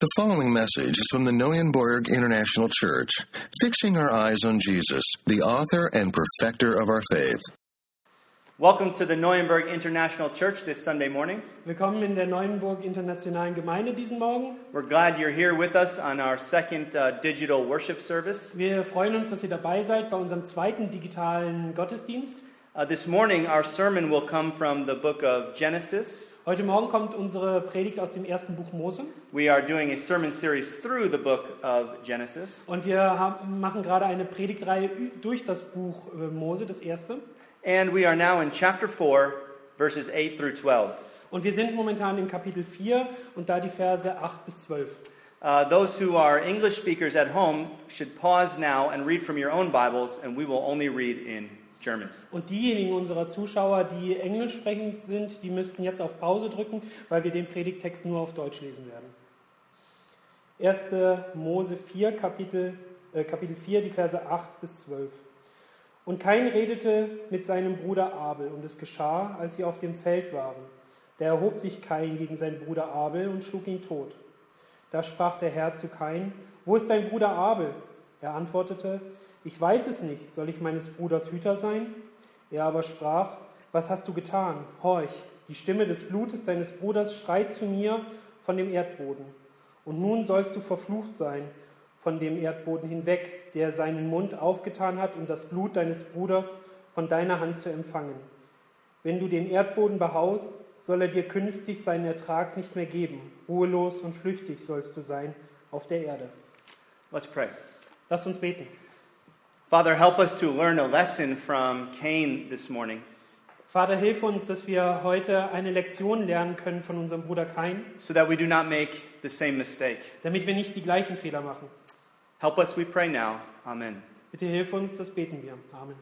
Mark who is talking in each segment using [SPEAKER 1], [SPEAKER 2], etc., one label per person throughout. [SPEAKER 1] The following message is from the Neuenborg International Church, fixing our eyes on Jesus, the author and perfecter of our faith.
[SPEAKER 2] Welcome to the Neuenberg International Church this Sunday morning.
[SPEAKER 3] Willkommen in der Neuenburg Internationalen Gemeinde diesen Morgen.
[SPEAKER 2] We're glad you're here with us on our second uh, digital worship service.
[SPEAKER 3] Wir freuen uns, dass ihr dabei seid bei unserem zweiten digitalen Gottesdienst.
[SPEAKER 2] Uh, this morning, our sermon will come from the book of Genesis.
[SPEAKER 3] Heute Morgen kommt unsere Predigt aus dem ersten Buch Mose
[SPEAKER 2] We are doing a sermon series through the book of Genesis,
[SPEAKER 3] und wir haben, machen gerade eine Predigtreihe ü- durch das Buch äh, Mose, das erste.
[SPEAKER 2] and we are now in chapter 4, verses 8 through 12.
[SPEAKER 3] Und wir sind momentan in Kapitel 4 und da die Verse 8 bis 12.
[SPEAKER 2] Uh, those who are English speakers at home should pause now and read from your own Bibles, and we will only read in German.
[SPEAKER 3] Und diejenigen unserer Zuschauer, die englisch sprechend sind, die müssten jetzt auf Pause drücken, weil wir den Predigttext nur auf Deutsch lesen werden. 1. Mose 4, Kapitel, äh, Kapitel 4, die Verse 8 bis 12. Und Kain redete mit seinem Bruder Abel, und es geschah, als sie auf dem Feld waren. Da erhob sich Kain gegen seinen Bruder Abel und schlug ihn tot. Da sprach der Herr zu Kain, wo ist dein Bruder Abel? Er antwortete, ich weiß es nicht, soll ich meines Bruders Hüter sein? Er aber sprach, was hast du getan? Horch, die Stimme des Blutes deines Bruders schreit zu mir von dem Erdboden. Und nun sollst du verflucht sein von dem Erdboden hinweg, der seinen Mund aufgetan hat, um das Blut deines Bruders von deiner Hand zu empfangen. Wenn du den Erdboden behaust, soll er dir künftig seinen Ertrag nicht mehr geben. Ruhelos und flüchtig sollst du sein auf der Erde.
[SPEAKER 2] Let's pray.
[SPEAKER 3] Lasst uns beten.
[SPEAKER 2] Father, help us to learn a lesson from Cain this morning.
[SPEAKER 3] Vater, hilf uns, dass wir heute eine Lektion lernen können von unserem Bruder Kain,
[SPEAKER 2] so that we do not make the same mistake.
[SPEAKER 3] damit wir nicht die gleichen Fehler machen.
[SPEAKER 2] Help us, we pray now. Amen.
[SPEAKER 3] Bitte hilf uns, das beten wir. Amen.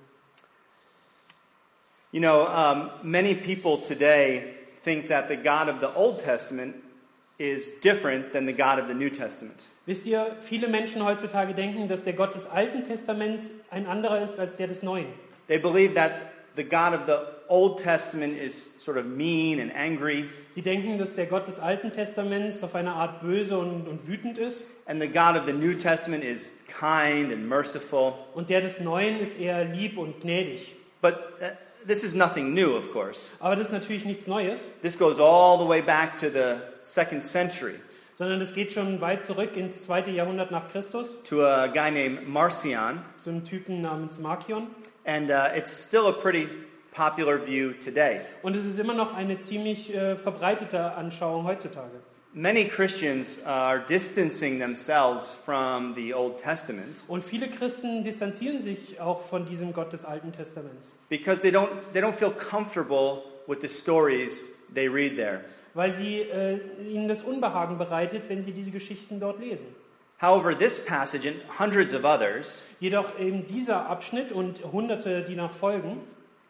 [SPEAKER 2] You know, um, many people today think that the God of the Old Testament is different than the God of the New Testament.
[SPEAKER 3] Wisst ihr, viele Menschen heutzutage denken, dass der Gott des Alten Testaments ein anderer ist als der des Neuen.
[SPEAKER 2] They believe that the God of the Old Testament is sort of mean and angry,
[SPEAKER 3] Sie denken, dass der Gott des Alten Testaments auf eine Art böse und, und wütend ist
[SPEAKER 2] and the God of the New Testament is kind and merciful.
[SPEAKER 3] und der des Neuen ist eher lieb und gnädig.
[SPEAKER 2] But uh, this is nothing new, of course.
[SPEAKER 3] Aber das ist natürlich nichts Neues,
[SPEAKER 2] This goes all the way back to the second century
[SPEAKER 3] sondern das geht schon weit zurück ins zweite Jahrhundert nach Christus
[SPEAKER 2] to a guy named Marcion.
[SPEAKER 3] zu einem Typen namens Markion.
[SPEAKER 2] And uh, it's still a pretty popular view today.
[SPEAKER 3] Und es ist immer noch eine ziemlich äh, verbreitete Anschauung heutzutage.
[SPEAKER 2] Many Christians are distancing themselves from the Old Testament
[SPEAKER 3] Und viele Christen distanzieren sich auch von diesem Gott des Alten Testaments,
[SPEAKER 2] because they don't, they don't feel comfortable with the stories they read there.
[SPEAKER 3] weil sie äh, ihnen das Unbehagen bereitet, wenn sie diese Geschichten dort lesen.
[SPEAKER 2] However, this passage and hundreds of others
[SPEAKER 3] Jedoch eben dieser Abschnitt und Hunderte, die noch folgen,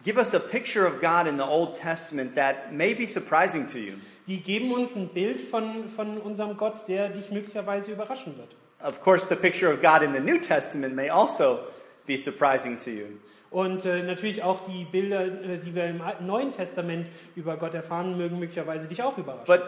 [SPEAKER 2] give us a picture of God in the Old Testament that may be surprising to you.
[SPEAKER 3] die geben uns ein Bild von, von unserem Gott, der dich möglicherweise überraschen wird.
[SPEAKER 2] Of course, the picture of God in the New Testament may also be surprising to you.
[SPEAKER 3] Und äh, natürlich auch die Bilder, äh, die wir im Alten- Neuen Testament über Gott erfahren, mögen möglicherweise dich auch überraschen.
[SPEAKER 2] But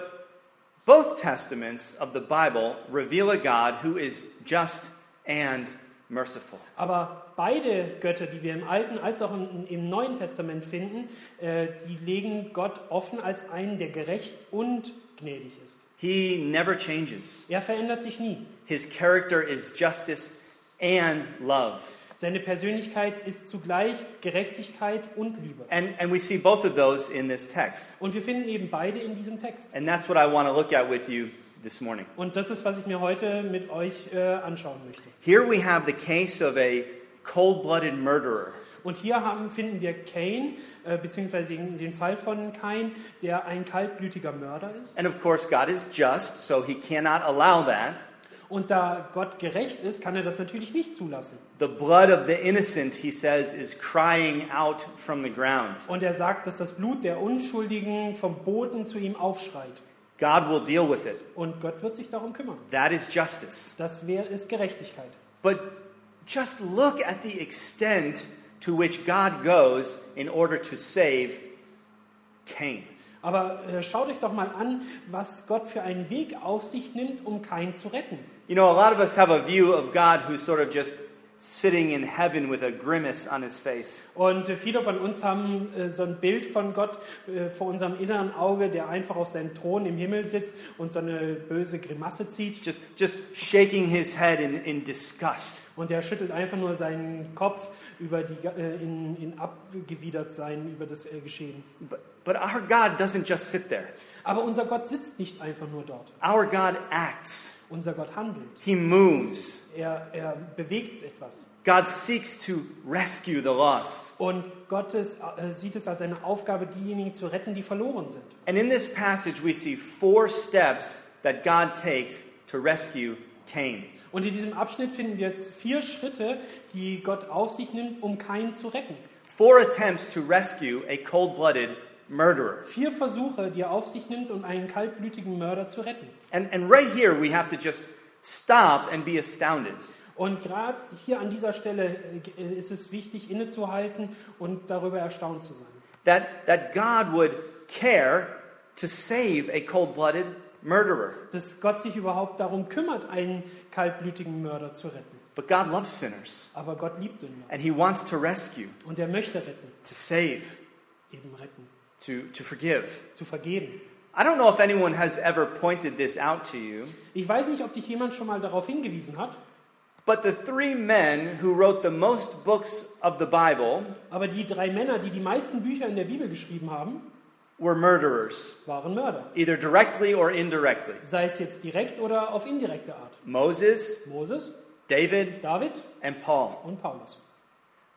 [SPEAKER 2] both testaments of the Bible reveal a God who is just and merciful.
[SPEAKER 3] Aber beide Götter, die wir im Alten als auch im, im Neuen Testament finden, äh, die legen Gott offen als einen, der gerecht und gnädig ist.
[SPEAKER 2] He never changes.
[SPEAKER 3] Er verändert sich nie.
[SPEAKER 2] His character is justice and love.
[SPEAKER 3] Seine Persönlichkeit ist zugleich Gerechtigkeit und Liebe.
[SPEAKER 2] And, and we see both of those in this text.
[SPEAKER 3] Und wir finden eben beide in diesem Text.
[SPEAKER 2] And that's what I want to look at with you this morning.
[SPEAKER 3] Und das ist, was ich mir heute mit euch äh, anschauen möchte.
[SPEAKER 2] Here we have the case of a cold blooded murderer
[SPEAKER 3] Und hier haben, finden wir Cain, äh, beziehungsweise den, den Fall von Cain, der ein kaltblütiger Mörder ist.
[SPEAKER 2] And of course, God is just, so he cannot allow that.
[SPEAKER 3] Und da Gott gerecht ist, kann er das natürlich nicht zulassen.
[SPEAKER 2] The blood of the innocent, he says, is crying out from the ground.
[SPEAKER 3] Und er sagt, dass das Blut der Unschuldigen vom Boden zu ihm aufschreit.
[SPEAKER 2] God will deal with it.
[SPEAKER 3] Und Gott wird sich darum kümmern.
[SPEAKER 2] That is justice.
[SPEAKER 3] Das wär, ist Gerechtigkeit.
[SPEAKER 2] But just look at the extent to which God goes in order to save Cain.
[SPEAKER 3] Aber äh, schaut euch doch mal an, was Gott für einen Weg auf sich nimmt, um Kain zu retten.
[SPEAKER 2] You know, a lot of us have a view of God who's sort of just sitting in heaven with a grimace on his face.
[SPEAKER 3] Und äh, viele von uns haben äh, so ein Bild von Gott äh, vor unserem inneren Auge, der einfach auf seinem Thron im Himmel sitzt und so eine böse Grimasse zieht.
[SPEAKER 2] Just, just shaking his head in, in disgust.
[SPEAKER 3] Und er schüttelt einfach nur seinen Kopf über die, äh, in, in Abgewidertsein über das äh, Geschehen.
[SPEAKER 2] But, but our God doesn't just sit there.
[SPEAKER 3] Aber unser Gott sitzt nicht einfach nur dort.
[SPEAKER 2] Our God acts.
[SPEAKER 3] Unser Gott handelt.
[SPEAKER 2] He moves.
[SPEAKER 3] Er, er bewegt etwas.
[SPEAKER 2] God seeks to rescue the lost.
[SPEAKER 3] Und Gott ist, äh, sieht es als seine Aufgabe, diejenigen zu retten, die verloren sind.
[SPEAKER 2] And in this passage, we see four steps that God takes to rescue Cain.
[SPEAKER 3] Und in diesem Abschnitt finden wir jetzt vier Schritte, die Gott auf sich nimmt, um keinen zu retten.
[SPEAKER 2] Four attempts to rescue a cold blooded murderer.
[SPEAKER 3] Vier Versuche, die er auf sich nimmt, um einen kaltblütigen Mörder zu retten.
[SPEAKER 2] And, and right here, we have to just stop and be astounded.
[SPEAKER 3] Und gerade hier an dieser Stelle äh, ist es wichtig, innezuhalten und darüber erstaunt zu sein.
[SPEAKER 2] That, that God would care to save a cold blooded murderer.
[SPEAKER 3] Dass Gott sich überhaupt darum kümmert, einen kaltblütigen Mörder zu retten.
[SPEAKER 2] But God loves sinners,
[SPEAKER 3] Aber Gott liebt Sünder.
[SPEAKER 2] and He wants to rescue,
[SPEAKER 3] Und er möchte retten,
[SPEAKER 2] to save,
[SPEAKER 3] eben retten,
[SPEAKER 2] to, to forgive.
[SPEAKER 3] zu vergeben.
[SPEAKER 2] I don't know if anyone has ever pointed this out to you,
[SPEAKER 3] Ich weiß nicht, ob dich jemand schon mal darauf hingewiesen hat,
[SPEAKER 2] but the three men who wrote the most books of the Bible
[SPEAKER 3] aber die drei Männer, die die meisten Bücher in der Bibel geschrieben haben,
[SPEAKER 2] were murderers,
[SPEAKER 3] waren Mörder.
[SPEAKER 2] either directly or indirectly
[SPEAKER 3] Sei es jetzt direkt oder auf indirekte Art.
[SPEAKER 2] Moses,
[SPEAKER 3] Moses,
[SPEAKER 2] David,
[SPEAKER 3] David
[SPEAKER 2] and Paul.
[SPEAKER 3] und Paulus.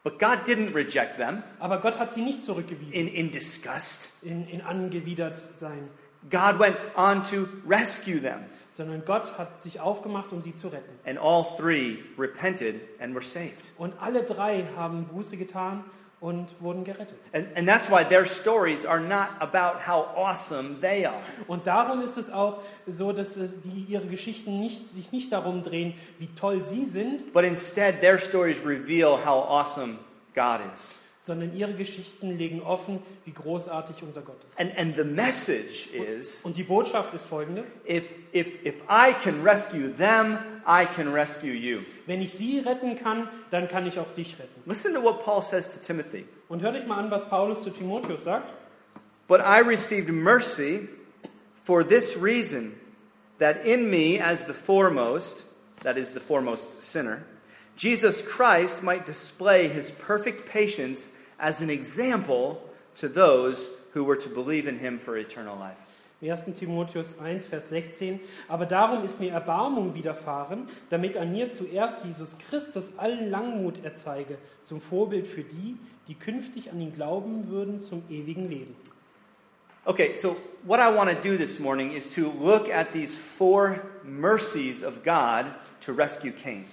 [SPEAKER 2] But God didn't reject them
[SPEAKER 3] Aber Gott hat sie nicht zurückgewiesen
[SPEAKER 2] in, in disgust.
[SPEAKER 3] in, in angewidert sein,
[SPEAKER 2] God went on to rescue them,
[SPEAKER 3] sondern Gott hat sich aufgemacht, um sie zu retten.
[SPEAKER 2] and all three repented and were saved.
[SPEAKER 3] Und alle drei haben Buße getan und wurden gerettet.
[SPEAKER 2] And, and that's why their stories are not about how awesome they are.
[SPEAKER 3] Und darum ist es auch so, dass es die ihre Geschichten nicht, sich nicht darum drehen, wie toll sie sind,
[SPEAKER 2] But instead, their stories reveal how awesome God is.
[SPEAKER 3] sondern ihre Geschichten legen offen, wie großartig unser Gott ist.
[SPEAKER 2] And, and the message is
[SPEAKER 3] Und die Botschaft ist folgende.
[SPEAKER 2] if, if, if I can rescue them, I can rescue you.
[SPEAKER 3] Wenn ich sie retten kann, dann kann ich auch dich retten.
[SPEAKER 2] Listen to what Paul says to Timothy.
[SPEAKER 3] Und hört euch mal an, was Paulus zu Timotheus sagt.
[SPEAKER 2] But I received mercy for this reason that in me, as the foremost, that is, the foremost sinner, Jesus Christ might display his perfect patience as an example to those who were to believe in him for eternal life.
[SPEAKER 3] Im 1. Timotheus 1, Vers 16. Aber darum ist mir Erbarmung widerfahren, damit an mir zuerst Jesus Christus allen Langmut erzeige, zum Vorbild für die, die künftig an ihn glauben würden zum ewigen Leben.
[SPEAKER 2] Okay, so what I want to do this morning is to look at these four mercies of God to rescue Cain.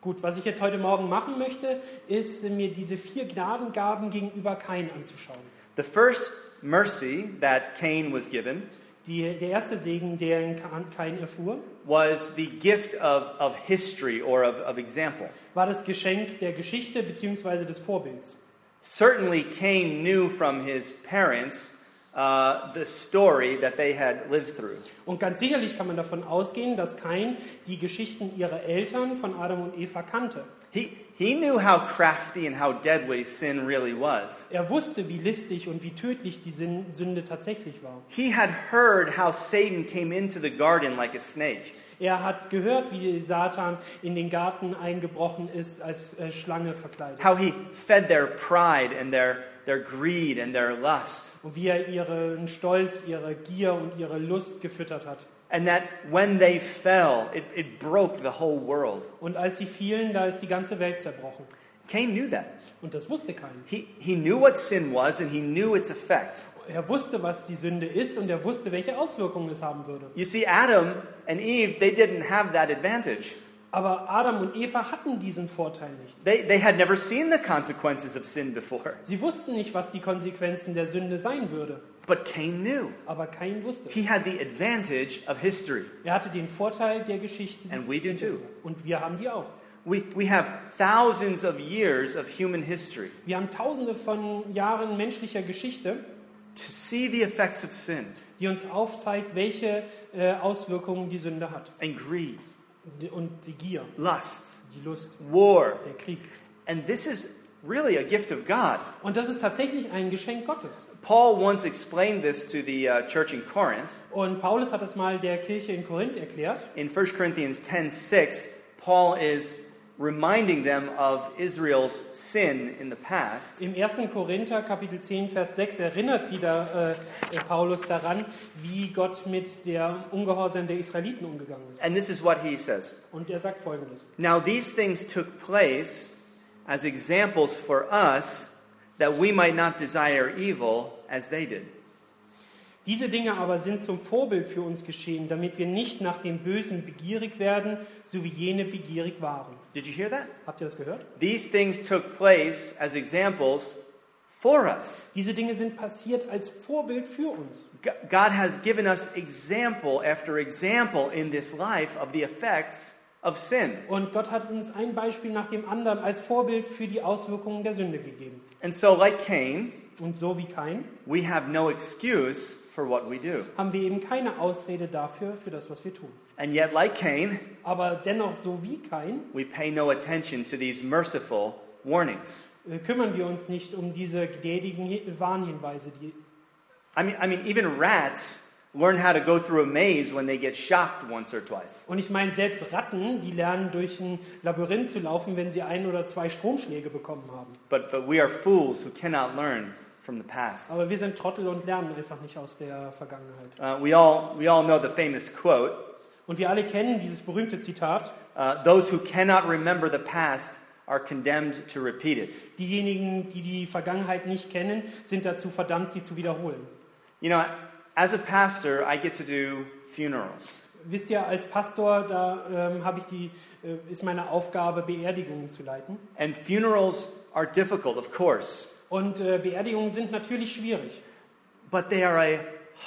[SPEAKER 3] Gut, was ich jetzt heute Morgen machen möchte, ist äh, mir diese vier Gnadengaben gegenüber Kain anzuschauen.
[SPEAKER 2] The first mercy that Cain was given
[SPEAKER 3] Die, der erste Segen, den Kain erfuhr,
[SPEAKER 2] was the gift of, of history or of, of example.
[SPEAKER 3] war das Geschenk der Geschichte bzw. des Vorbilds.
[SPEAKER 2] Certainly, Cain knew from his parents uh, the story that they had lived through.
[SPEAKER 3] Und ganz sicherlich kann man davon ausgehen, dass Kain die Geschichten ihrer Eltern von Adam und Eva kannte.
[SPEAKER 2] He, he knew how crafty and how deadly sin really was.
[SPEAKER 3] Er wusste, wie listig und wie tödlich die Sün- Sünde tatsächlich war.
[SPEAKER 2] He had heard how Satan came into the garden like a snake.
[SPEAKER 3] Er hat gehört, wie Satan in den Garten eingebrochen ist, als äh, Schlange verkleidet.
[SPEAKER 2] how he fed their pride and their, their greed and their lust.
[SPEAKER 3] Und wie er ihren Stolz, ihre Gier und ihre Lust gefüttert hat.
[SPEAKER 2] And that when they fell, it, it broke the whole world.
[SPEAKER 3] Und als sie fielen, da ist die ganze Welt zerbrochen.
[SPEAKER 2] Cain knew that.
[SPEAKER 3] Und das wusste Kain.
[SPEAKER 2] He, he knew what sin was and he knew its effect.
[SPEAKER 3] Er wusste, was die Sünde ist und er wusste, welche Auswirkungen es haben würde.
[SPEAKER 2] You see, Adam and Eve, they didn't have that advantage.
[SPEAKER 3] Aber Adam und Eva hatten diesen Vorteil nicht.
[SPEAKER 2] They, they had never seen the consequences of sin before.
[SPEAKER 3] Sie wussten nicht, was die Konsequenzen der Sünde sein würde.
[SPEAKER 2] But Cain knew.
[SPEAKER 3] Aber Kain wusste.
[SPEAKER 2] He had the advantage of history.
[SPEAKER 3] Er hatte den Vorteil der Geschichte.
[SPEAKER 2] And we do too.
[SPEAKER 3] Und wir haben die auch.
[SPEAKER 2] We, we have thousands of years of human history.
[SPEAKER 3] Wir haben tausende von Jahren menschlicher Geschichte.
[SPEAKER 2] to see the effects of sin
[SPEAKER 3] die uns aufzeigt, welche äh, Auswirkungen die Sünde hat.
[SPEAKER 2] and greed,
[SPEAKER 3] Und die Gier,
[SPEAKER 2] lust,
[SPEAKER 3] die Lust,
[SPEAKER 2] war.
[SPEAKER 3] der Krieg.
[SPEAKER 2] And this is really a gift of God.
[SPEAKER 3] Und das ist tatsächlich ein Geschenk Gottes.
[SPEAKER 2] Paul once explained this to the uh, church in Corinth.
[SPEAKER 3] Und Paulus hat das mal der Kirche in Korinth erklärt.
[SPEAKER 2] In 1 Corinthians 10:6, Paul is reminding them of Israel's sin in the past.
[SPEAKER 3] Im 1. Korinther Kapitel 10, Vers 6 erinnert sie da, äh, äh, Paulus daran, wie Gott mit der Ungehorsam der Israeliten umgegangen ist.
[SPEAKER 2] And this is what he says.
[SPEAKER 3] Und er sagt folgendes.
[SPEAKER 2] Now these things took place as examples for us that we might not desire evil as they did.
[SPEAKER 3] Diese Dinge aber sind zum Vorbild für uns geschehen, damit wir nicht nach dem Bösen begierig werden, so wie jene begierig waren.
[SPEAKER 2] Did you hear that?
[SPEAKER 3] Habt ihr das gehört?
[SPEAKER 2] These things took place as examples for us.
[SPEAKER 3] Diese Dinge sind passiert als Vorbild für uns.
[SPEAKER 2] G- God has given us example after example in this life of the effects of sin.
[SPEAKER 3] Und Gott hat uns ein Beispiel nach dem anderen als Vorbild für die Auswirkungen der Sünde gegeben.
[SPEAKER 2] And so, like Cain,
[SPEAKER 3] Und so wie Kain
[SPEAKER 2] we have no excuse for what we do.
[SPEAKER 3] haben wir eben keine Ausrede dafür, für das, was wir tun.
[SPEAKER 2] And yet, like Cain,
[SPEAKER 3] Aber dennoch, so wie Kain,
[SPEAKER 2] we pay no attention to these merciful warnings.
[SPEAKER 3] äh, kümmern wir uns nicht um diese gnädigen Hi- Warnhinweise. Die,
[SPEAKER 2] I mean, I mean, even rats learn how to go through a maze when they get shocked once or twice.
[SPEAKER 3] und ich meine, selbst Ratten, die lernen durch ein Labyrinth zu laufen, wenn sie ein oder zwei Stromschläge bekommen haben.
[SPEAKER 2] But, but we are fools who cannot learn from the past.
[SPEAKER 3] Aber wir sind Trottel und lernen einfach nicht aus der Vergangenheit.
[SPEAKER 2] Uh, we, all, we all know the famous quote
[SPEAKER 3] Und wir alle kennen dieses berühmte Zitat,
[SPEAKER 2] uh, those who cannot remember the past are condemned to repeat it.
[SPEAKER 3] diejenigen, die die Vergangenheit nicht kennen, sind dazu verdammt, sie zu wiederholen.
[SPEAKER 2] You know, as a pastor, I get to do funerals.
[SPEAKER 3] Wisst ihr, als Pastor, da ähm, habe ich die, äh, ist meine Aufgabe, Beerdigungen zu leiten.
[SPEAKER 2] And funerals are difficult, of course,
[SPEAKER 3] Und äh, Beerdigungen sind natürlich schwierig,
[SPEAKER 2] but they are a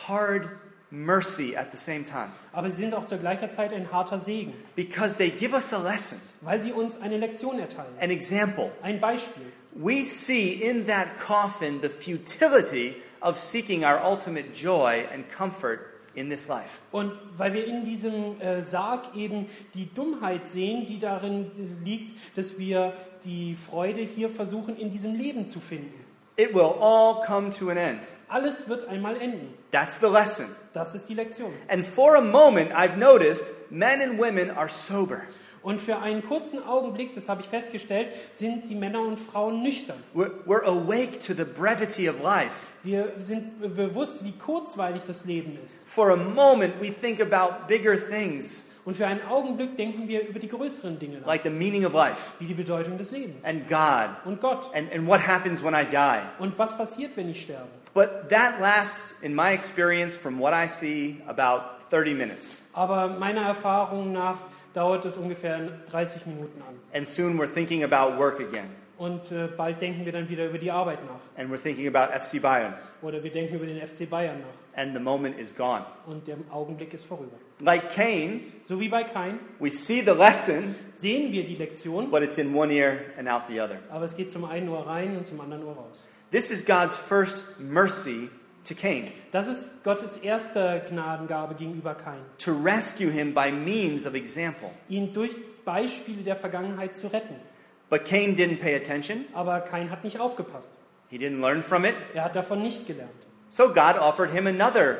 [SPEAKER 2] hard mercy at the same time
[SPEAKER 3] aber sie sind auch zur gleichen Zeit ein harter Segen,
[SPEAKER 2] because they give us a lesson,
[SPEAKER 3] weil sie uns eine Lektion erteilen.
[SPEAKER 2] an example.
[SPEAKER 3] Ein Beispiel.
[SPEAKER 2] We see in that coffin the futility of seeking our ultimate joy and comfort in this life.
[SPEAKER 3] Und weil wir in diesem äh, Sarg eben die Dummheit sehen, die darin äh, liegt, dass wir die Freude hier versuchen, in diesem Leben zu finden.
[SPEAKER 2] It will all come to an end.
[SPEAKER 3] Alles wird einmal enden.
[SPEAKER 2] That's the lesson.
[SPEAKER 3] Das ist die Lektion.
[SPEAKER 2] And for a moment, I've noticed men and women are sober.
[SPEAKER 3] Und für einen kurzen Augenblick, das habe ich festgestellt, sind die Männer und Frauen nüchtern.
[SPEAKER 2] We're, we're awake to the brevity of life.
[SPEAKER 3] Wir sind bewusst, wie kurzweilig das Leben ist.
[SPEAKER 2] For a moment, we think about bigger things
[SPEAKER 3] Und für einen Augenblick denken wir über die größeren Dinge nach,
[SPEAKER 2] like the meaning of life
[SPEAKER 3] wie die Bedeutung des Lebens
[SPEAKER 2] and God
[SPEAKER 3] und Gott
[SPEAKER 2] and, and what happens when I die.
[SPEAKER 3] und was passiert, wenn ich sterbe.
[SPEAKER 2] But that lasts, in my experience, from what I see, about 30 minutes.
[SPEAKER 3] Aber meiner Erfahrung nach dauert es ungefähr 30 Minuten an.
[SPEAKER 2] And soon we're thinking about work again.
[SPEAKER 3] Und äh, bald denken wir dann wieder über die Arbeit nach
[SPEAKER 2] And we're thinking about FC Bayern.
[SPEAKER 3] oder wir denken über den FC Bayern nach
[SPEAKER 2] And the moment is gone.
[SPEAKER 3] und der Augenblick ist vorüber.
[SPEAKER 2] Like Cain,
[SPEAKER 3] So wie bei Kain
[SPEAKER 2] we see the lesson,
[SPEAKER 3] sehen wir die Lektion,
[SPEAKER 2] but it's in one ear and out the other.
[SPEAKER 3] aber es geht zum einen Ohr rein und zum anderen Ohr raus.
[SPEAKER 2] This is God's first mercy to Cain
[SPEAKER 3] Das ist Gottes erste Gnadengabe gegenüber Kain,
[SPEAKER 2] to rescue him by means of example.
[SPEAKER 3] ihn durch Beispiele der Vergangenheit zu retten.
[SPEAKER 2] But Cain didn't pay attention,
[SPEAKER 3] Aber Kain hat nicht aufgepasst.
[SPEAKER 2] he didn't learn from it.
[SPEAKER 3] Er hat davon nicht gelernt.
[SPEAKER 2] So God offered him another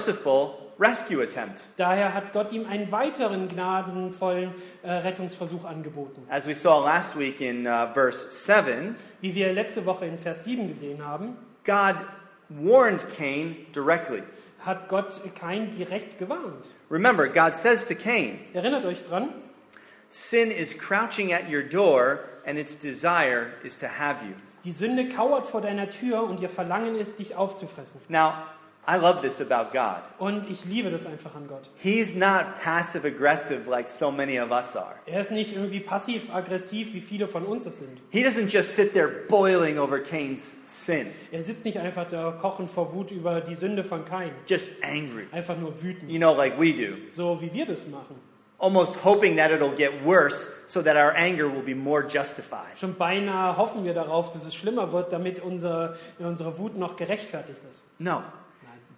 [SPEAKER 2] merciful rescue attempt.
[SPEAKER 3] Daher hat Gott ihm einen weiteren gnadenvollen äh, Rettungsversuch angeboten.
[SPEAKER 2] As we saw last week in uh, verse 7,
[SPEAKER 3] Wie wir letzte Woche in Vers 7 gesehen haben,
[SPEAKER 2] God warned Cain directly.
[SPEAKER 3] hat Gott Kain direkt gewarnt.
[SPEAKER 2] Remember, God says to Cain,
[SPEAKER 3] Erinnert euch dran,
[SPEAKER 2] Sin is crouching at your door, and its desire is to have you.
[SPEAKER 3] die Sünde kauert vor deiner Tür und ihr Verlangen ist, dich aufzufressen.
[SPEAKER 2] Now, I love this about God.
[SPEAKER 3] Und ich liebe das einfach an Gott.
[SPEAKER 2] He's not passive aggressive like so many of us are.
[SPEAKER 3] Er ist nicht irgendwie passiv-aggressiv, wie viele von uns es sind.
[SPEAKER 2] He doesn't just sit there boiling over Cain's sin,
[SPEAKER 3] Er sitzt nicht einfach da kochend vor Wut über die Sünde von Kain.
[SPEAKER 2] just angry,
[SPEAKER 3] Einfach nur wütend.
[SPEAKER 2] you know, like we do.
[SPEAKER 3] So wie wir das machen.
[SPEAKER 2] almost hoping that it'll get worse so that our anger will be more justified.
[SPEAKER 3] Schon beinahe hoffen wir darauf, dass es schlimmer wird, damit unsere, unsere Wut noch gerechtfertigt ist.
[SPEAKER 2] No.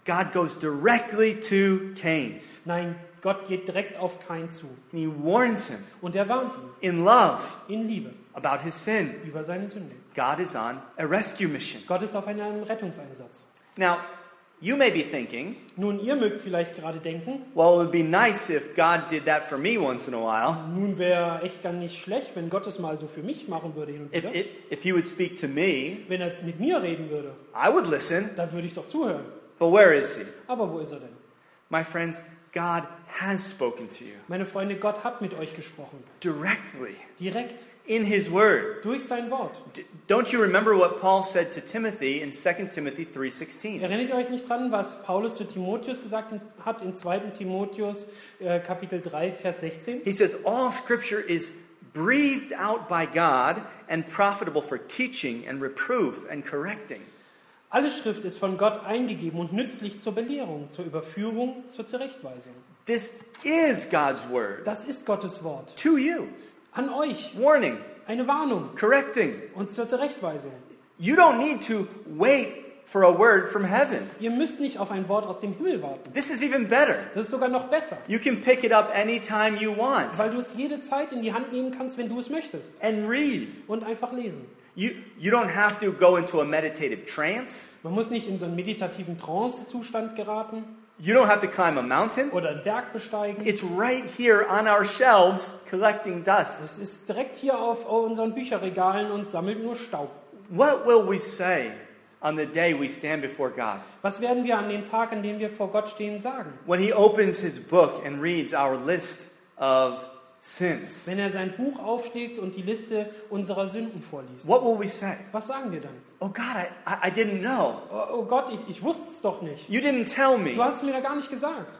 [SPEAKER 2] God goes directly to Cain
[SPEAKER 3] Nein, Gott geht direkt auf Kain zu.
[SPEAKER 2] and he warns him
[SPEAKER 3] Und er warnt ihn
[SPEAKER 2] in love
[SPEAKER 3] in Liebe
[SPEAKER 2] about his sin.
[SPEAKER 3] über seine Sünde.
[SPEAKER 2] God is on a rescue mission.
[SPEAKER 3] Gott ist auf einen Rettungseinsatz.
[SPEAKER 2] Now, you may be thinking,
[SPEAKER 3] Nun, ihr mögt vielleicht gerade denken,
[SPEAKER 2] well, it would be nice if God did that for me once in a while.
[SPEAKER 3] nun wäre echt gar nicht schlecht, wenn Gott es mal so für mich machen würde hin und
[SPEAKER 2] If,
[SPEAKER 3] wieder.
[SPEAKER 2] it, if he would speak to me,
[SPEAKER 3] Wenn er mit mir reden würde,
[SPEAKER 2] I would listen.
[SPEAKER 3] dann würde ich doch zuhören.
[SPEAKER 2] But where is he?
[SPEAKER 3] Aber wo ist er denn?
[SPEAKER 2] My friends, God has spoken to you
[SPEAKER 3] Meine Freunde, Gott hat mit euch gesprochen.
[SPEAKER 2] directly
[SPEAKER 3] Direkt,
[SPEAKER 2] in his word.
[SPEAKER 3] durch sein Wort.
[SPEAKER 2] D- Don't you remember what Paul said to Timothy in 2 Timothy 3:16?
[SPEAKER 3] Erinnert ihr euch nicht dran, was Paulus zu Timotheus gesagt hat in 2. Timotheus äh, Kapitel 3, Vers 16?
[SPEAKER 2] He says all scripture is breathed out by God and profitable for teaching and reproof and correcting.
[SPEAKER 3] Alle Schrift ist von Gott eingegeben und nützlich zur Belehrung, zur Überführung, zur Zurechtweisung.
[SPEAKER 2] This is God's word
[SPEAKER 3] Das ist Gottes Wort.
[SPEAKER 2] to you.
[SPEAKER 3] An euch
[SPEAKER 2] Warning,
[SPEAKER 3] eine Warnung
[SPEAKER 2] correcting.
[SPEAKER 3] und zur Zurechtweisung.
[SPEAKER 2] You don't need to wait for a word from heaven.
[SPEAKER 3] Ihr müsst nicht auf ein Wort aus dem Himmel warten.
[SPEAKER 2] This is even better.
[SPEAKER 3] Das ist sogar noch besser,
[SPEAKER 2] You can pick it up anytime you want
[SPEAKER 3] weil du es jede Zeit in die Hand nehmen kannst, wenn du es möchtest.
[SPEAKER 2] and read.
[SPEAKER 3] Und einfach lesen.
[SPEAKER 2] You, you don't have to go into a meditative trance.
[SPEAKER 3] Man muss nicht in so einen meditativen Trance-Zustand geraten
[SPEAKER 2] You don't have to climb a mountain.
[SPEAKER 3] oder einen Berg besteigen.
[SPEAKER 2] It's right here on our shelves collecting dust.
[SPEAKER 3] Es ist direkt hier auf unseren Bücherregalen und sammelt nur Staub.
[SPEAKER 2] What will we say on the day we stand before God?
[SPEAKER 3] Was werden wir an dem Tag, an dem wir vor Gott stehen, sagen?
[SPEAKER 2] When He opens His book and reads our list of sins,
[SPEAKER 3] Wenn er sein Buch aufschlägt und die Liste unserer Sünden vorliest.
[SPEAKER 2] what will we say?
[SPEAKER 3] Was sagen wir dann?
[SPEAKER 2] Oh God, I, I, I didn't know.
[SPEAKER 3] Oh, oh Gott, ich, ich wusste es doch nicht.
[SPEAKER 2] You didn't tell me.
[SPEAKER 3] Du hast es mir da gar nicht gesagt.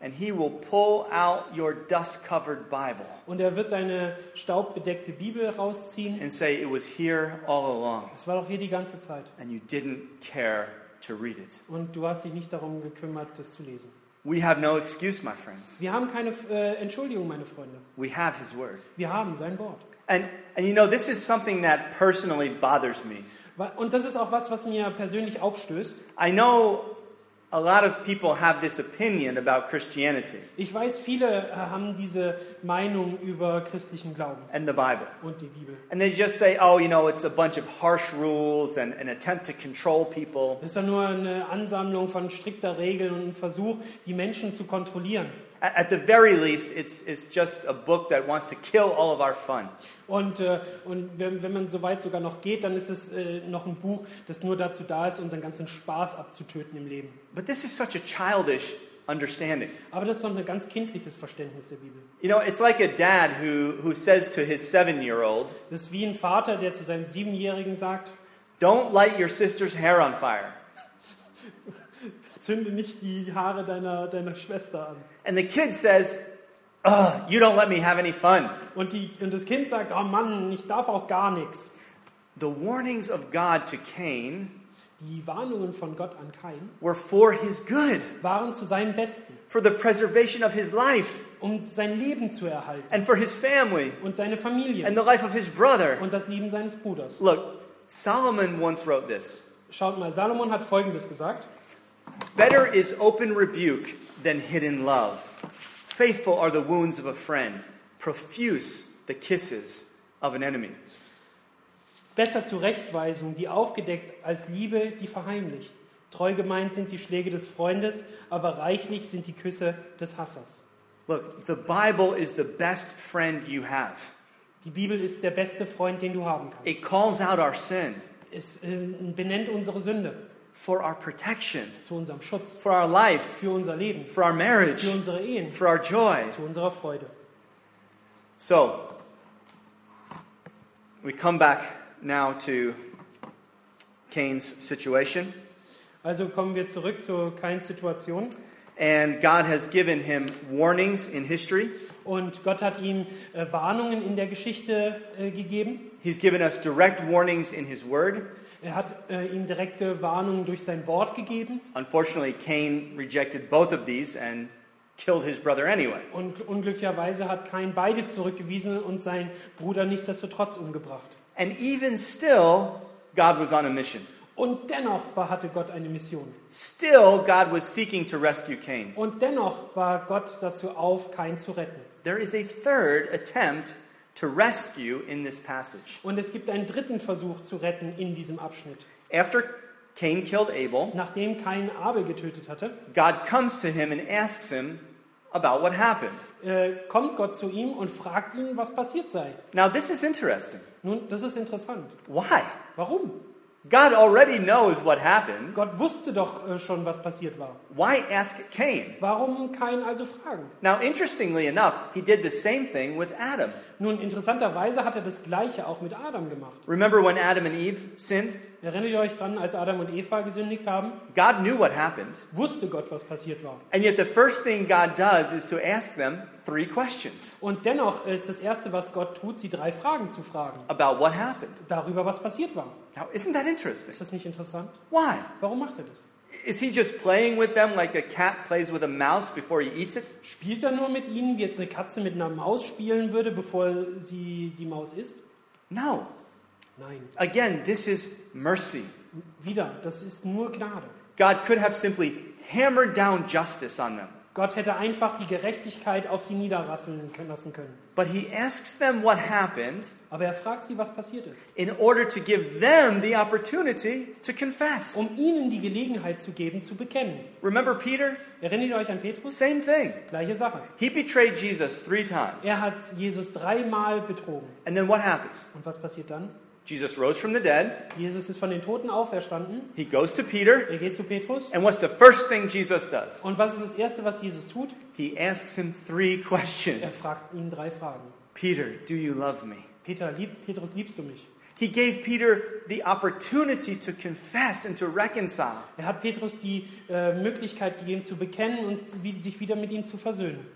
[SPEAKER 2] And He will pull out your dust covered Bible
[SPEAKER 3] Und er wird deine staubbedeckte Bibel rausziehen.
[SPEAKER 2] and say, It was here all along,
[SPEAKER 3] Es war doch hier die ganze Zeit.
[SPEAKER 2] and you didn't care to read it.
[SPEAKER 3] Und du hast dich nicht darum gekümmert, das zu lesen.
[SPEAKER 2] We have no excuse, my friends.
[SPEAKER 3] Wir haben keine äh, Entschuldigung, meine Freunde.
[SPEAKER 2] We have His Word.
[SPEAKER 3] Wir haben sein Wort.
[SPEAKER 2] And, and you know, this is something that personally bothers me.
[SPEAKER 3] Wa- Und das ist auch was, was mir persönlich aufstößt.
[SPEAKER 2] I know a lot of people have this opinion about Christianity
[SPEAKER 3] Ich weiß, viele äh, haben diese Meinung über christlichen Glauben
[SPEAKER 2] and the Bible.
[SPEAKER 3] und die Bibel.
[SPEAKER 2] And they just say, oh, you know, it's a bunch of harsh rules and an attempt to control people.
[SPEAKER 3] Das ist doch nur eine Ansammlung von strikter Regeln und ein Versuch, die Menschen zu kontrollieren.
[SPEAKER 2] A- At the very least, it's, it's just a book that wants to kill all of our fun.
[SPEAKER 3] Und, äh, und wenn, wenn man so weit sogar noch geht, dann ist es äh, noch ein Buch, das nur dazu da ist, unseren ganzen Spaß abzutöten im Leben.
[SPEAKER 2] But this is such a childish understanding.
[SPEAKER 3] Aber das ist doch ein ganz kindliches Verständnis der Bibel.
[SPEAKER 2] You know, it's like a dad who, who says to his seven year old,
[SPEAKER 3] Das ist wie ein Vater, der zu seinem Siebenjährigen sagt,
[SPEAKER 2] don't light your sister's hair on fire.
[SPEAKER 3] zünde nicht die Haare deiner, deiner Schwester an.
[SPEAKER 2] And the kid says, Ugh, you don't let me have any fun.
[SPEAKER 3] Und, die, und das Kind sagt, oh Mann, ich darf auch gar nichts.
[SPEAKER 2] The warnings of God to Cain
[SPEAKER 3] Die Warnungen von Gott an Kain
[SPEAKER 2] were for his good,
[SPEAKER 3] waren zu seinem Besten,
[SPEAKER 2] for the preservation of his life,
[SPEAKER 3] um sein Leben zu erhalten
[SPEAKER 2] and for his family,
[SPEAKER 3] und seine
[SPEAKER 2] and
[SPEAKER 3] Familie
[SPEAKER 2] the life of his brother.
[SPEAKER 3] und das Leben seines Bruders.
[SPEAKER 2] Look, Solomon once wrote this
[SPEAKER 3] Schaut mal, Salomon hat Folgendes gesagt.
[SPEAKER 2] Better is open rebuke than hidden love. Faithful are the wounds of a friend, profuse the kisses of an enemy.
[SPEAKER 3] Besser Zurechtweisung, die aufgedeckt, als Liebe, die verheimlicht. Treu gemeint sind die Schläge des Freundes, aber reichlich sind die Küsse des Hassers.
[SPEAKER 2] Look, the Bible is the best friend you have.
[SPEAKER 3] Die Bibel ist der beste Freund, den du haben kannst.
[SPEAKER 2] It calls out our sin
[SPEAKER 3] Es äh, benennt unsere Sünde
[SPEAKER 2] for our protection,
[SPEAKER 3] zu unserem Schutz,
[SPEAKER 2] for our life,
[SPEAKER 3] für unser Leben,
[SPEAKER 2] for our marriage,
[SPEAKER 3] für unsere Ehen,
[SPEAKER 2] for our joy.
[SPEAKER 3] zu unserer Freude.
[SPEAKER 2] So, we come back now to Cain's situation,
[SPEAKER 3] Also kommen wir zurück zu Kains Situation.
[SPEAKER 2] and God has given him warnings in history.
[SPEAKER 3] Und Gott hat ihm äh, Warnungen in der Geschichte äh, gegeben.
[SPEAKER 2] He's given us direct warnings in his word.
[SPEAKER 3] Er hat äh, ihm direkte Warnungen durch sein Wort gegeben.
[SPEAKER 2] Unfortunately, Cain rejected both of these and killed his brother anyway.
[SPEAKER 3] Und unglücklicherweise hat Kain beide zurückgewiesen und seinen Bruder nichtsdestotrotz umgebracht.
[SPEAKER 2] And even still, God was on a mission.
[SPEAKER 3] Und dennoch war, hatte Gott eine Mission.
[SPEAKER 2] Still, God was seeking to rescue Cain.
[SPEAKER 3] Und dennoch war Gott dazu auf, Kain zu retten.
[SPEAKER 2] There is a third attempt to rescue in this passage.
[SPEAKER 3] Und es gibt einen dritten Versuch zu retten in diesem Abschnitt.
[SPEAKER 2] After Cain killed Abel,
[SPEAKER 3] Nachdem Kain Abel getötet hatte,
[SPEAKER 2] God comes to him and asks him about what happened.
[SPEAKER 3] äh, kommt Gott zu ihm und fragt ihn, was passiert sei.
[SPEAKER 2] Now, this is interesting.
[SPEAKER 3] Nun, das ist interessant.
[SPEAKER 2] Why?
[SPEAKER 3] Warum?
[SPEAKER 2] God already knows what happened.
[SPEAKER 3] Gott wusste doch äh, schon, was passiert war.
[SPEAKER 2] Why ask Cain?
[SPEAKER 3] Warum Kain also fragen?
[SPEAKER 2] Now, interestingly enough, he did the same thing with Adam.
[SPEAKER 3] Nun, interessanterweise hat er das Gleiche auch mit Adam gemacht.
[SPEAKER 2] Remember when Adam and Eve sinned?
[SPEAKER 3] Erinnert ihr euch dran, als Adam und Eva gesündigt haben?
[SPEAKER 2] God knew what happened.
[SPEAKER 3] Wusste Gott, was passiert war.
[SPEAKER 2] And yet, the first thing God does is to ask them three questions
[SPEAKER 3] Und dennoch ist das Erste, was Gott tut, sie drei Fragen zu fragen.
[SPEAKER 2] about what happened.
[SPEAKER 3] Darüber, was passiert war.
[SPEAKER 2] Now, isn't that interesting?
[SPEAKER 3] Ist das nicht interessant?
[SPEAKER 2] Why?
[SPEAKER 3] Warum macht er das?
[SPEAKER 2] Is he just playing with them like a cat plays with a mouse before he eats it?
[SPEAKER 3] Spielt er nur mit ihnen, wie jetzt eine Katze mit einer Maus spielen würde, bevor sie die Maus isst?
[SPEAKER 2] No.
[SPEAKER 3] Nein.
[SPEAKER 2] Again, this is mercy.
[SPEAKER 3] Wieder, das ist nur Gnade.
[SPEAKER 2] God could have simply hammered down justice on them,
[SPEAKER 3] Gott hätte einfach die Gerechtigkeit auf sie niederrasseln können- lassen können.
[SPEAKER 2] but he asks them what happened
[SPEAKER 3] Aber er fragt sie, was passiert ist.
[SPEAKER 2] in order to give them the opportunity to confess.
[SPEAKER 3] Um ihnen die Gelegenheit zu geben, zu bekennen.
[SPEAKER 2] Remember Peter?
[SPEAKER 3] Erinnert ihr euch an Petrus?
[SPEAKER 2] Same thing.
[SPEAKER 3] Gleiche Sache.
[SPEAKER 2] He betrayed Jesus three times.
[SPEAKER 3] Er hat Jesus dreimal betrogen.
[SPEAKER 2] And then what happens?
[SPEAKER 3] Und was passiert dann?
[SPEAKER 2] Jesus rose from the dead.
[SPEAKER 3] Jesus ist von den Toten auferstanden.
[SPEAKER 2] He goes to Peter.
[SPEAKER 3] Er geht zu Petrus.
[SPEAKER 2] And what's the first thing Jesus does?
[SPEAKER 3] Und was ist das Erste, was Jesus tut?
[SPEAKER 2] He asks him three
[SPEAKER 3] Er
[SPEAKER 2] questions.
[SPEAKER 3] fragt ihn drei Fragen.
[SPEAKER 2] Peter, do you love me?
[SPEAKER 3] Peter, lieb, Petrus, liebst du mich?
[SPEAKER 2] He gave Peter the opportunity to confess and to reconcile.
[SPEAKER 3] Er hat Petrus die äh, Möglichkeit gegeben, zu bekennen und wie, sich wieder mit ihm zu versöhnen.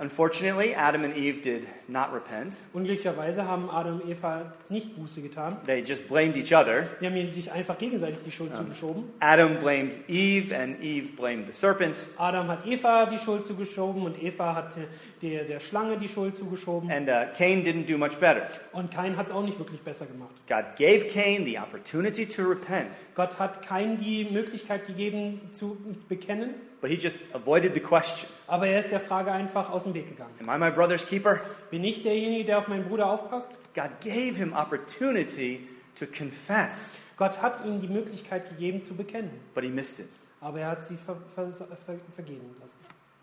[SPEAKER 2] Unfortunately, Adam and Eve did not repent.
[SPEAKER 3] Unglücklicherweise haben Adam und Eva nicht Buße getan.
[SPEAKER 2] They just blamed each other.
[SPEAKER 3] Sie haben ihnen sich einfach gegenseitig die Schuld zugeschoben.
[SPEAKER 2] Adam blamed Eve, and Eve blamed the serpent.
[SPEAKER 3] Adam hat Eva die Schuld zugeschoben und Eva hat äh, der, der Schlange die Schuld zugeschoben.
[SPEAKER 2] And uh, Cain didn't do much better.
[SPEAKER 3] Und Kain hat es auch nicht wirklich besser gemacht.
[SPEAKER 2] God gave Cain the opportunity to repent,
[SPEAKER 3] Gott hat Kain die Möglichkeit gegeben, zu bekennen,
[SPEAKER 2] but he just avoided the question
[SPEAKER 3] aber er ist der Frage einfach aus dem Weg gegangen.
[SPEAKER 2] Am I my brother's keeper?
[SPEAKER 3] Bin ich derjenige, der auf meinen Bruder aufpasst?
[SPEAKER 2] God gave him opportunity to confess,
[SPEAKER 3] Gott hat ihm die Möglichkeit gegeben, zu bekennen,
[SPEAKER 2] but he missed it.
[SPEAKER 3] aber er hat sie ver ver ver vergeben lassen.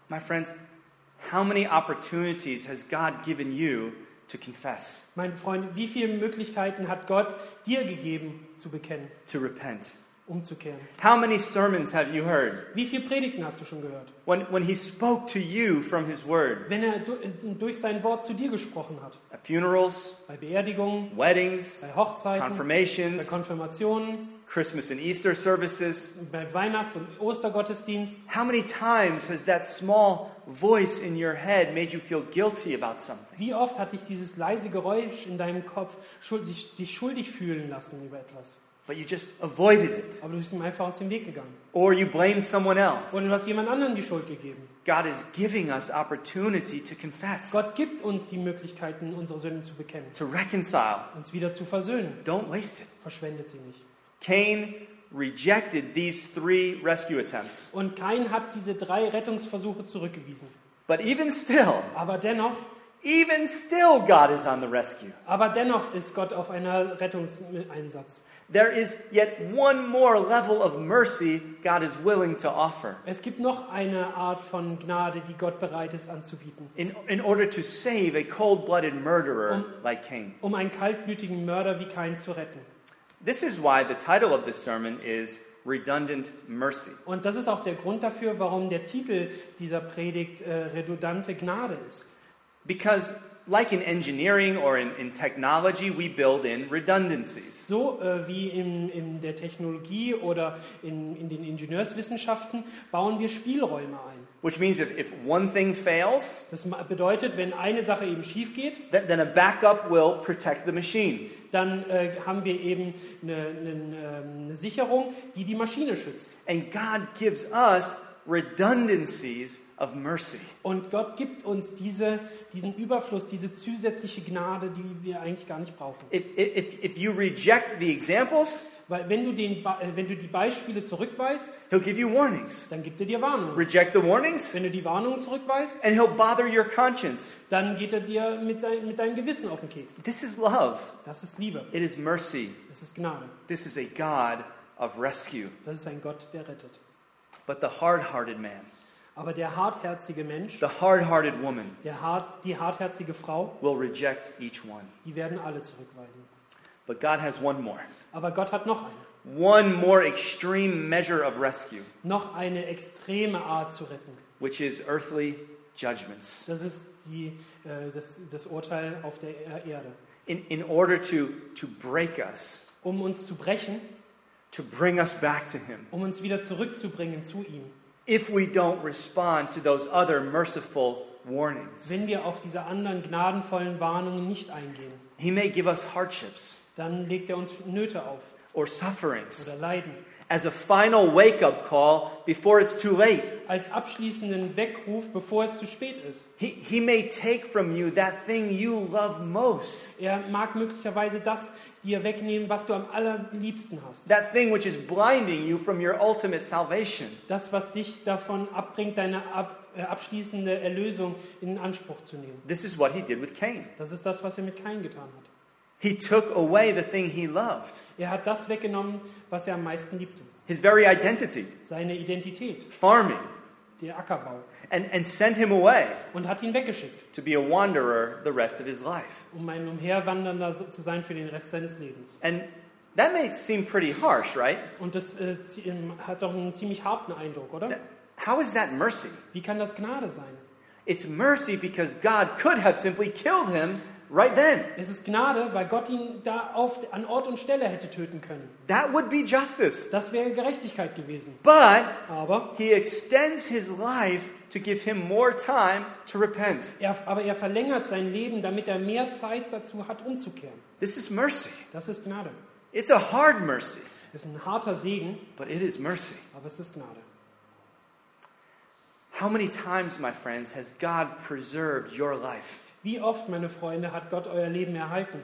[SPEAKER 2] My friends, how many opportunities has God given you to confess,
[SPEAKER 3] Mein Freund, wie viele Möglichkeiten hat Gott dir gegeben, zu bekennen,
[SPEAKER 2] to repent?
[SPEAKER 3] umzukehren?
[SPEAKER 2] How many sermons have you heard
[SPEAKER 3] Wie viele Predigten hast du schon gehört?
[SPEAKER 2] when, when he spoke to you from his word?
[SPEAKER 3] Wenn er du äh, durch sein Wort zu dir gesprochen hat,
[SPEAKER 2] At funerals,
[SPEAKER 3] bei Beerdigungen,
[SPEAKER 2] weddings,
[SPEAKER 3] bei Hochzeiten, bei
[SPEAKER 2] confirmations,
[SPEAKER 3] Konfirmationen,
[SPEAKER 2] Christmas and Easter services.
[SPEAKER 3] beim Weihnachts- und Ostergottesdienst,
[SPEAKER 2] How many times has that small voice in your head made you feel guilty about something?
[SPEAKER 3] Wie oft hat dich dieses leise Geräusch in deinem Kopf schuld, sich, dich schuldig fühlen lassen über etwas?
[SPEAKER 2] But you just avoided it.
[SPEAKER 3] Aber du bist ihm einfach aus dem Weg gegangen.
[SPEAKER 2] Or you blamed someone else.
[SPEAKER 3] Und du hast jemand anderem die Schuld gegeben.
[SPEAKER 2] God is giving us opportunity to confess,
[SPEAKER 3] Gott gibt uns die Möglichkeiten, unsere Sünden zu bekennen,
[SPEAKER 2] to reconcile.
[SPEAKER 3] uns wieder zu versöhnen.
[SPEAKER 2] Don't waste it.
[SPEAKER 3] Verschwendet sie nicht.
[SPEAKER 2] Cain rejected these three rescue attempts.
[SPEAKER 3] Und Kain hat diese drei Rettungsversuche zurückgewiesen.
[SPEAKER 2] But even still,
[SPEAKER 3] Aber dennoch,
[SPEAKER 2] even still, God is on the rescue.
[SPEAKER 3] aber dennoch ist Gott auf einer Rettungseinsatz.
[SPEAKER 2] There is yet one more level of mercy God is willing to offer
[SPEAKER 3] Es gibt noch eine Art von Gnade, die Gott bereit ist anzubieten,
[SPEAKER 2] in, in order to save a cold blooded murderer like Cain.
[SPEAKER 3] um einen kaltblütigen Mörder wie Kain zu retten.
[SPEAKER 2] This is why the title of this sermon is Redundant Mercy.
[SPEAKER 3] Und das ist auch der Grund dafür, warum der Titel dieser Predigt äh, redundante Gnade ist.
[SPEAKER 2] Because, like in engineering or in, in technology, we build in redundancies.
[SPEAKER 3] So äh, wie in, in der Technologie oder in, in den Ingenieurswissenschaften bauen wir Spielräume ein.
[SPEAKER 2] Which means if, if one thing fails,
[SPEAKER 3] Das ma- bedeutet, wenn eine Sache eben schief geht,
[SPEAKER 2] th- then a backup will protect the machine.
[SPEAKER 3] dann äh, haben wir eben ähm, eine, eine, eine Sicherung, die die Maschine schützt.
[SPEAKER 2] And God gives us redundancies of mercy.
[SPEAKER 3] Und Gott gibt uns diese, diesen Überfluss, diese zusätzliche Gnade, die wir eigentlich gar nicht brauchen.
[SPEAKER 2] If, if, if you reject the examples,
[SPEAKER 3] Weil wenn du, den, Ba- äh, wenn du die Beispiele zurückweist,
[SPEAKER 2] he'll give you warnings.
[SPEAKER 3] dann gibt er dir Warnungen.
[SPEAKER 2] Reject the warnings,
[SPEAKER 3] Wenn du die Warnungen zurückweist,
[SPEAKER 2] and he'll bother your conscience.
[SPEAKER 3] dann geht er dir mit, sein, mit deinem Gewissen auf den Keks.
[SPEAKER 2] This is love.
[SPEAKER 3] Das ist Liebe.
[SPEAKER 2] It is mercy.
[SPEAKER 3] Das ist Gnade.
[SPEAKER 2] This is a God of rescue.
[SPEAKER 3] Das ist ein Gott, der rettet.
[SPEAKER 2] But the hard hearted man,
[SPEAKER 3] Aber der hartherzige Mensch,
[SPEAKER 2] the hard hearted woman,
[SPEAKER 3] der hart, die hartherzige Frau,
[SPEAKER 2] will reject each one.
[SPEAKER 3] die werden alle zurückweisen.
[SPEAKER 2] But God has one more,
[SPEAKER 3] Aber Gott hat noch eine.
[SPEAKER 2] one more extreme measure of rescue,
[SPEAKER 3] Noch eine extreme Art zu retten.
[SPEAKER 2] which is earthly judgments.
[SPEAKER 3] Das ist die, äh, das, das Urteil auf der Er- Erde.
[SPEAKER 2] In, in order to, to break us,
[SPEAKER 3] Um uns zu brechen,
[SPEAKER 2] to bring us back to Him,
[SPEAKER 3] um uns wieder zurückzubringen zu ihm.
[SPEAKER 2] if we don't respond to those other merciful warnings.
[SPEAKER 3] Wenn wir auf diese anderen gnadenvollen Warnungen nicht eingehen,
[SPEAKER 2] He may give us hardships
[SPEAKER 3] dann legt er uns Nöte auf
[SPEAKER 2] or sufferings
[SPEAKER 3] oder Leiden.
[SPEAKER 2] as a final wake up call before it's too late.
[SPEAKER 3] Als abschließenden Weckruf, bevor es zu spät ist.
[SPEAKER 2] He, he may take from you that thing you love most,
[SPEAKER 3] Er mag möglicherweise das dir wegnehmen, was du am allerliebsten hast.
[SPEAKER 2] that thing which is blinding you from your ultimate salvation.
[SPEAKER 3] Das, was dich davon abbringt, deine ab, äh, abschließende Erlösung in Anspruch zu nehmen.
[SPEAKER 2] This is what he did with Cain.
[SPEAKER 3] Das ist das, was er mit Kain getan hat.
[SPEAKER 2] He took away the thing he loved,
[SPEAKER 3] Er hat das weggenommen, was er am meisten liebte.
[SPEAKER 2] his very identity,
[SPEAKER 3] Seine Identität,
[SPEAKER 2] farming,
[SPEAKER 3] der Ackerbau.
[SPEAKER 2] and, and sent him away
[SPEAKER 3] Und hat ihn weggeschickt,
[SPEAKER 2] to be a wanderer the rest of his life.
[SPEAKER 3] um ein Umherwandernder zu sein für den Rest seines Lebens.
[SPEAKER 2] And that may seem pretty harsh, right?
[SPEAKER 3] Und das äh, zie- ähm, hat doch einen ziemlich harten Eindruck, oder?
[SPEAKER 2] That- How is that mercy?
[SPEAKER 3] Wie kann das Gnade sein?
[SPEAKER 2] It's mercy because God could have simply killed him right then.
[SPEAKER 3] Es ist Gnade, weil Gott ihn da auf, an Ort und Stelle hätte töten können.
[SPEAKER 2] That would be justice.
[SPEAKER 3] Das wäre Gerechtigkeit gewesen.
[SPEAKER 2] But
[SPEAKER 3] Aber
[SPEAKER 2] He extends his life to give him more time to repent.
[SPEAKER 3] er, aber er verlängert sein Leben, damit er mehr Zeit dazu hat, umzukehren.
[SPEAKER 2] This is mercy.
[SPEAKER 3] Das ist Gnade.
[SPEAKER 2] It's a hard mercy,
[SPEAKER 3] Es ist ein harter Segen,
[SPEAKER 2] but it is mercy.
[SPEAKER 3] aber es ist Gnade.
[SPEAKER 2] How many times, my friends, has God preserved your life?
[SPEAKER 3] Wie oft, meine Freunde, hat Gott euer Leben erhalten?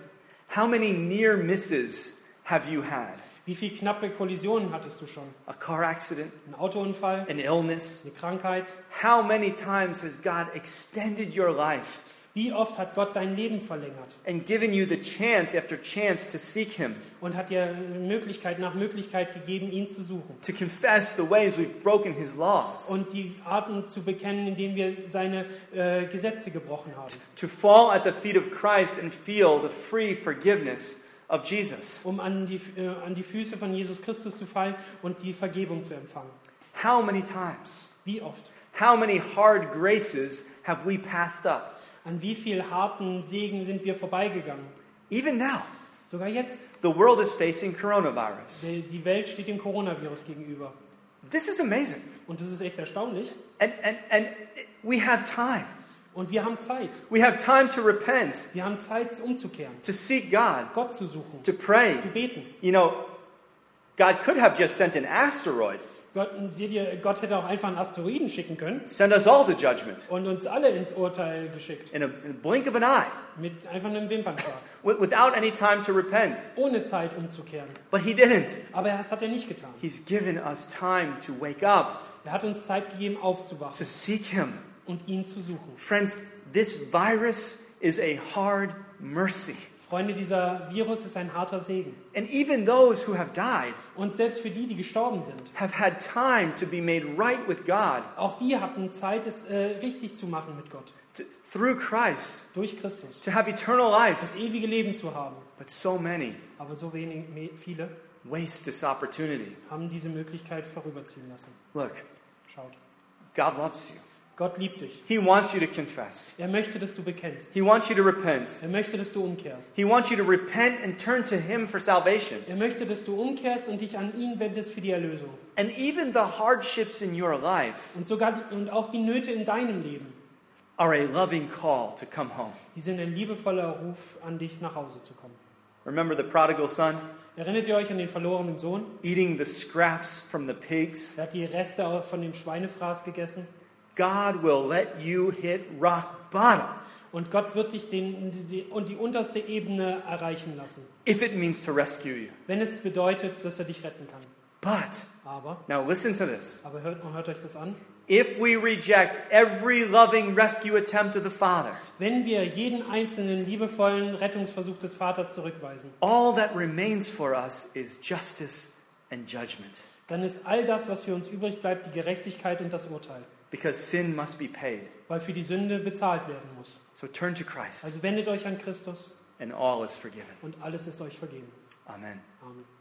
[SPEAKER 2] How many near misses have you had?
[SPEAKER 3] Wie viele knappe Kollisionen hattest du schon?
[SPEAKER 2] A car accident,
[SPEAKER 3] Ein Autounfall,
[SPEAKER 2] an illness?
[SPEAKER 3] eine Krankheit?
[SPEAKER 2] How many times has God extended your life
[SPEAKER 3] Wie oft hat Gott dein Leben verlängert
[SPEAKER 2] and given you the chance after chance to seek Him,
[SPEAKER 3] und hat dir Möglichkeit nach Möglichkeit gegeben, ihn zu suchen?
[SPEAKER 2] to confess the ways we've broken His laws,
[SPEAKER 3] Und die Arten zu bekennen, in denen wir seine äh, Gesetze gebrochen haben.
[SPEAKER 2] to fall at the feet of Christ and feel the free forgiveness of Jesus.
[SPEAKER 3] um an die, äh, an die Füße von Jesus Christus zu fallen und die Vergebung zu empfangen.
[SPEAKER 2] How many times?
[SPEAKER 3] Wie oft?
[SPEAKER 2] How many hard graces have we passed up?
[SPEAKER 3] An wie viel harten Segen sind wir vorbeigegangen?
[SPEAKER 2] Even now,
[SPEAKER 3] Sogar jetzt.
[SPEAKER 2] the world is facing coronavirus.
[SPEAKER 3] Die die Welt steht dem Coronavirus gegenüber.
[SPEAKER 2] This is amazing.
[SPEAKER 3] Und das ist echt erstaunlich.
[SPEAKER 2] And, and, and we have time.
[SPEAKER 3] Und wir haben Zeit.
[SPEAKER 2] We have time to repent,
[SPEAKER 3] Wir haben Zeit, umzukehren,
[SPEAKER 2] to seek God,
[SPEAKER 3] Gott zu suchen,
[SPEAKER 2] to pray.
[SPEAKER 3] zu beten.
[SPEAKER 2] You know, God could have just sent an asteroid,
[SPEAKER 3] Gott, seht ihr, Gott hätte auch einfach einen Asteroiden schicken können
[SPEAKER 2] send us all to judgment
[SPEAKER 3] und uns alle ins Urteil geschickt.
[SPEAKER 2] in a, in a blink of an eye
[SPEAKER 3] Mit einfach einem Wimpernschlag.
[SPEAKER 2] wi- without any time to repent.
[SPEAKER 3] Ohne Zeit umzukehren.
[SPEAKER 2] But He didn't.
[SPEAKER 3] Aber das hat er nicht getan.
[SPEAKER 2] He's given us time to wake up,
[SPEAKER 3] Er hat uns Zeit gegeben,
[SPEAKER 2] to
[SPEAKER 3] aufzuwachen
[SPEAKER 2] seek Him.
[SPEAKER 3] und ihn zu suchen.
[SPEAKER 2] Friends, this virus is a hard mercy.
[SPEAKER 3] Freunde, dieser Virus ist ein harter Segen.
[SPEAKER 2] And even those who have died
[SPEAKER 3] Und selbst für die, die gestorben sind,
[SPEAKER 2] have had time to be made right with God
[SPEAKER 3] auch die hatten Zeit, es äh, richtig zu machen mit Gott,
[SPEAKER 2] to, through Christ,
[SPEAKER 3] durch Christus,
[SPEAKER 2] to have eternal life.
[SPEAKER 3] das ewige Leben zu haben.
[SPEAKER 2] But so many
[SPEAKER 3] Aber so wenig, me- viele
[SPEAKER 2] waste this opportunity.
[SPEAKER 3] haben diese Möglichkeit vorüberziehen lassen.
[SPEAKER 2] Look,
[SPEAKER 3] Schaut,
[SPEAKER 2] God loves you.
[SPEAKER 3] Gott liebt dich.
[SPEAKER 2] He wants you to confess,
[SPEAKER 3] Er möchte, dass du bekennst.
[SPEAKER 2] He wants you to repent.
[SPEAKER 3] Er möchte, dass du umkehrst.
[SPEAKER 2] He wants you to repent and turn to Him for salvation.
[SPEAKER 3] Er möchte, dass du umkehrst und dich an ihn wendest für die Erlösung.
[SPEAKER 2] And even the hardships in your life
[SPEAKER 3] Und sogar die, und auch die Nöte in deinem Leben,
[SPEAKER 2] are a loving call to come home.
[SPEAKER 3] die sind ein liebevoller Ruf an dich, nach Hause zu kommen.
[SPEAKER 2] Remember the prodigal son
[SPEAKER 3] Erinnert ihr euch an den verlorenen Sohn?
[SPEAKER 2] eating the scraps from the pigs?
[SPEAKER 3] Er hat die Reste von dem Schweinefraß gegessen.
[SPEAKER 2] God will let you hit rock bottom
[SPEAKER 3] Und Gott wird dich den, die, und die unterste Ebene erreichen lassen,
[SPEAKER 2] if it means to rescue you.
[SPEAKER 3] wenn es bedeutet, dass er dich retten kann.
[SPEAKER 2] But,
[SPEAKER 3] Aber,
[SPEAKER 2] now listen to this.
[SPEAKER 3] aber hört, und hört euch das an,
[SPEAKER 2] If we reject every loving rescue attempt of the Father,
[SPEAKER 3] wenn wir jeden einzelnen liebevollen Rettungsversuch des Vaters zurückweisen,
[SPEAKER 2] all that remains for us is justice and judgment,
[SPEAKER 3] dann ist all das, was für uns übrig bleibt, die Gerechtigkeit und das Urteil,
[SPEAKER 2] because sin must be paid.
[SPEAKER 3] weil für die Sünde bezahlt werden muss.
[SPEAKER 2] So turn to Christ,
[SPEAKER 3] Also wendet euch an Christus
[SPEAKER 2] and all is forgiven.
[SPEAKER 3] und alles ist euch vergeben.
[SPEAKER 2] Amen.
[SPEAKER 3] Amen.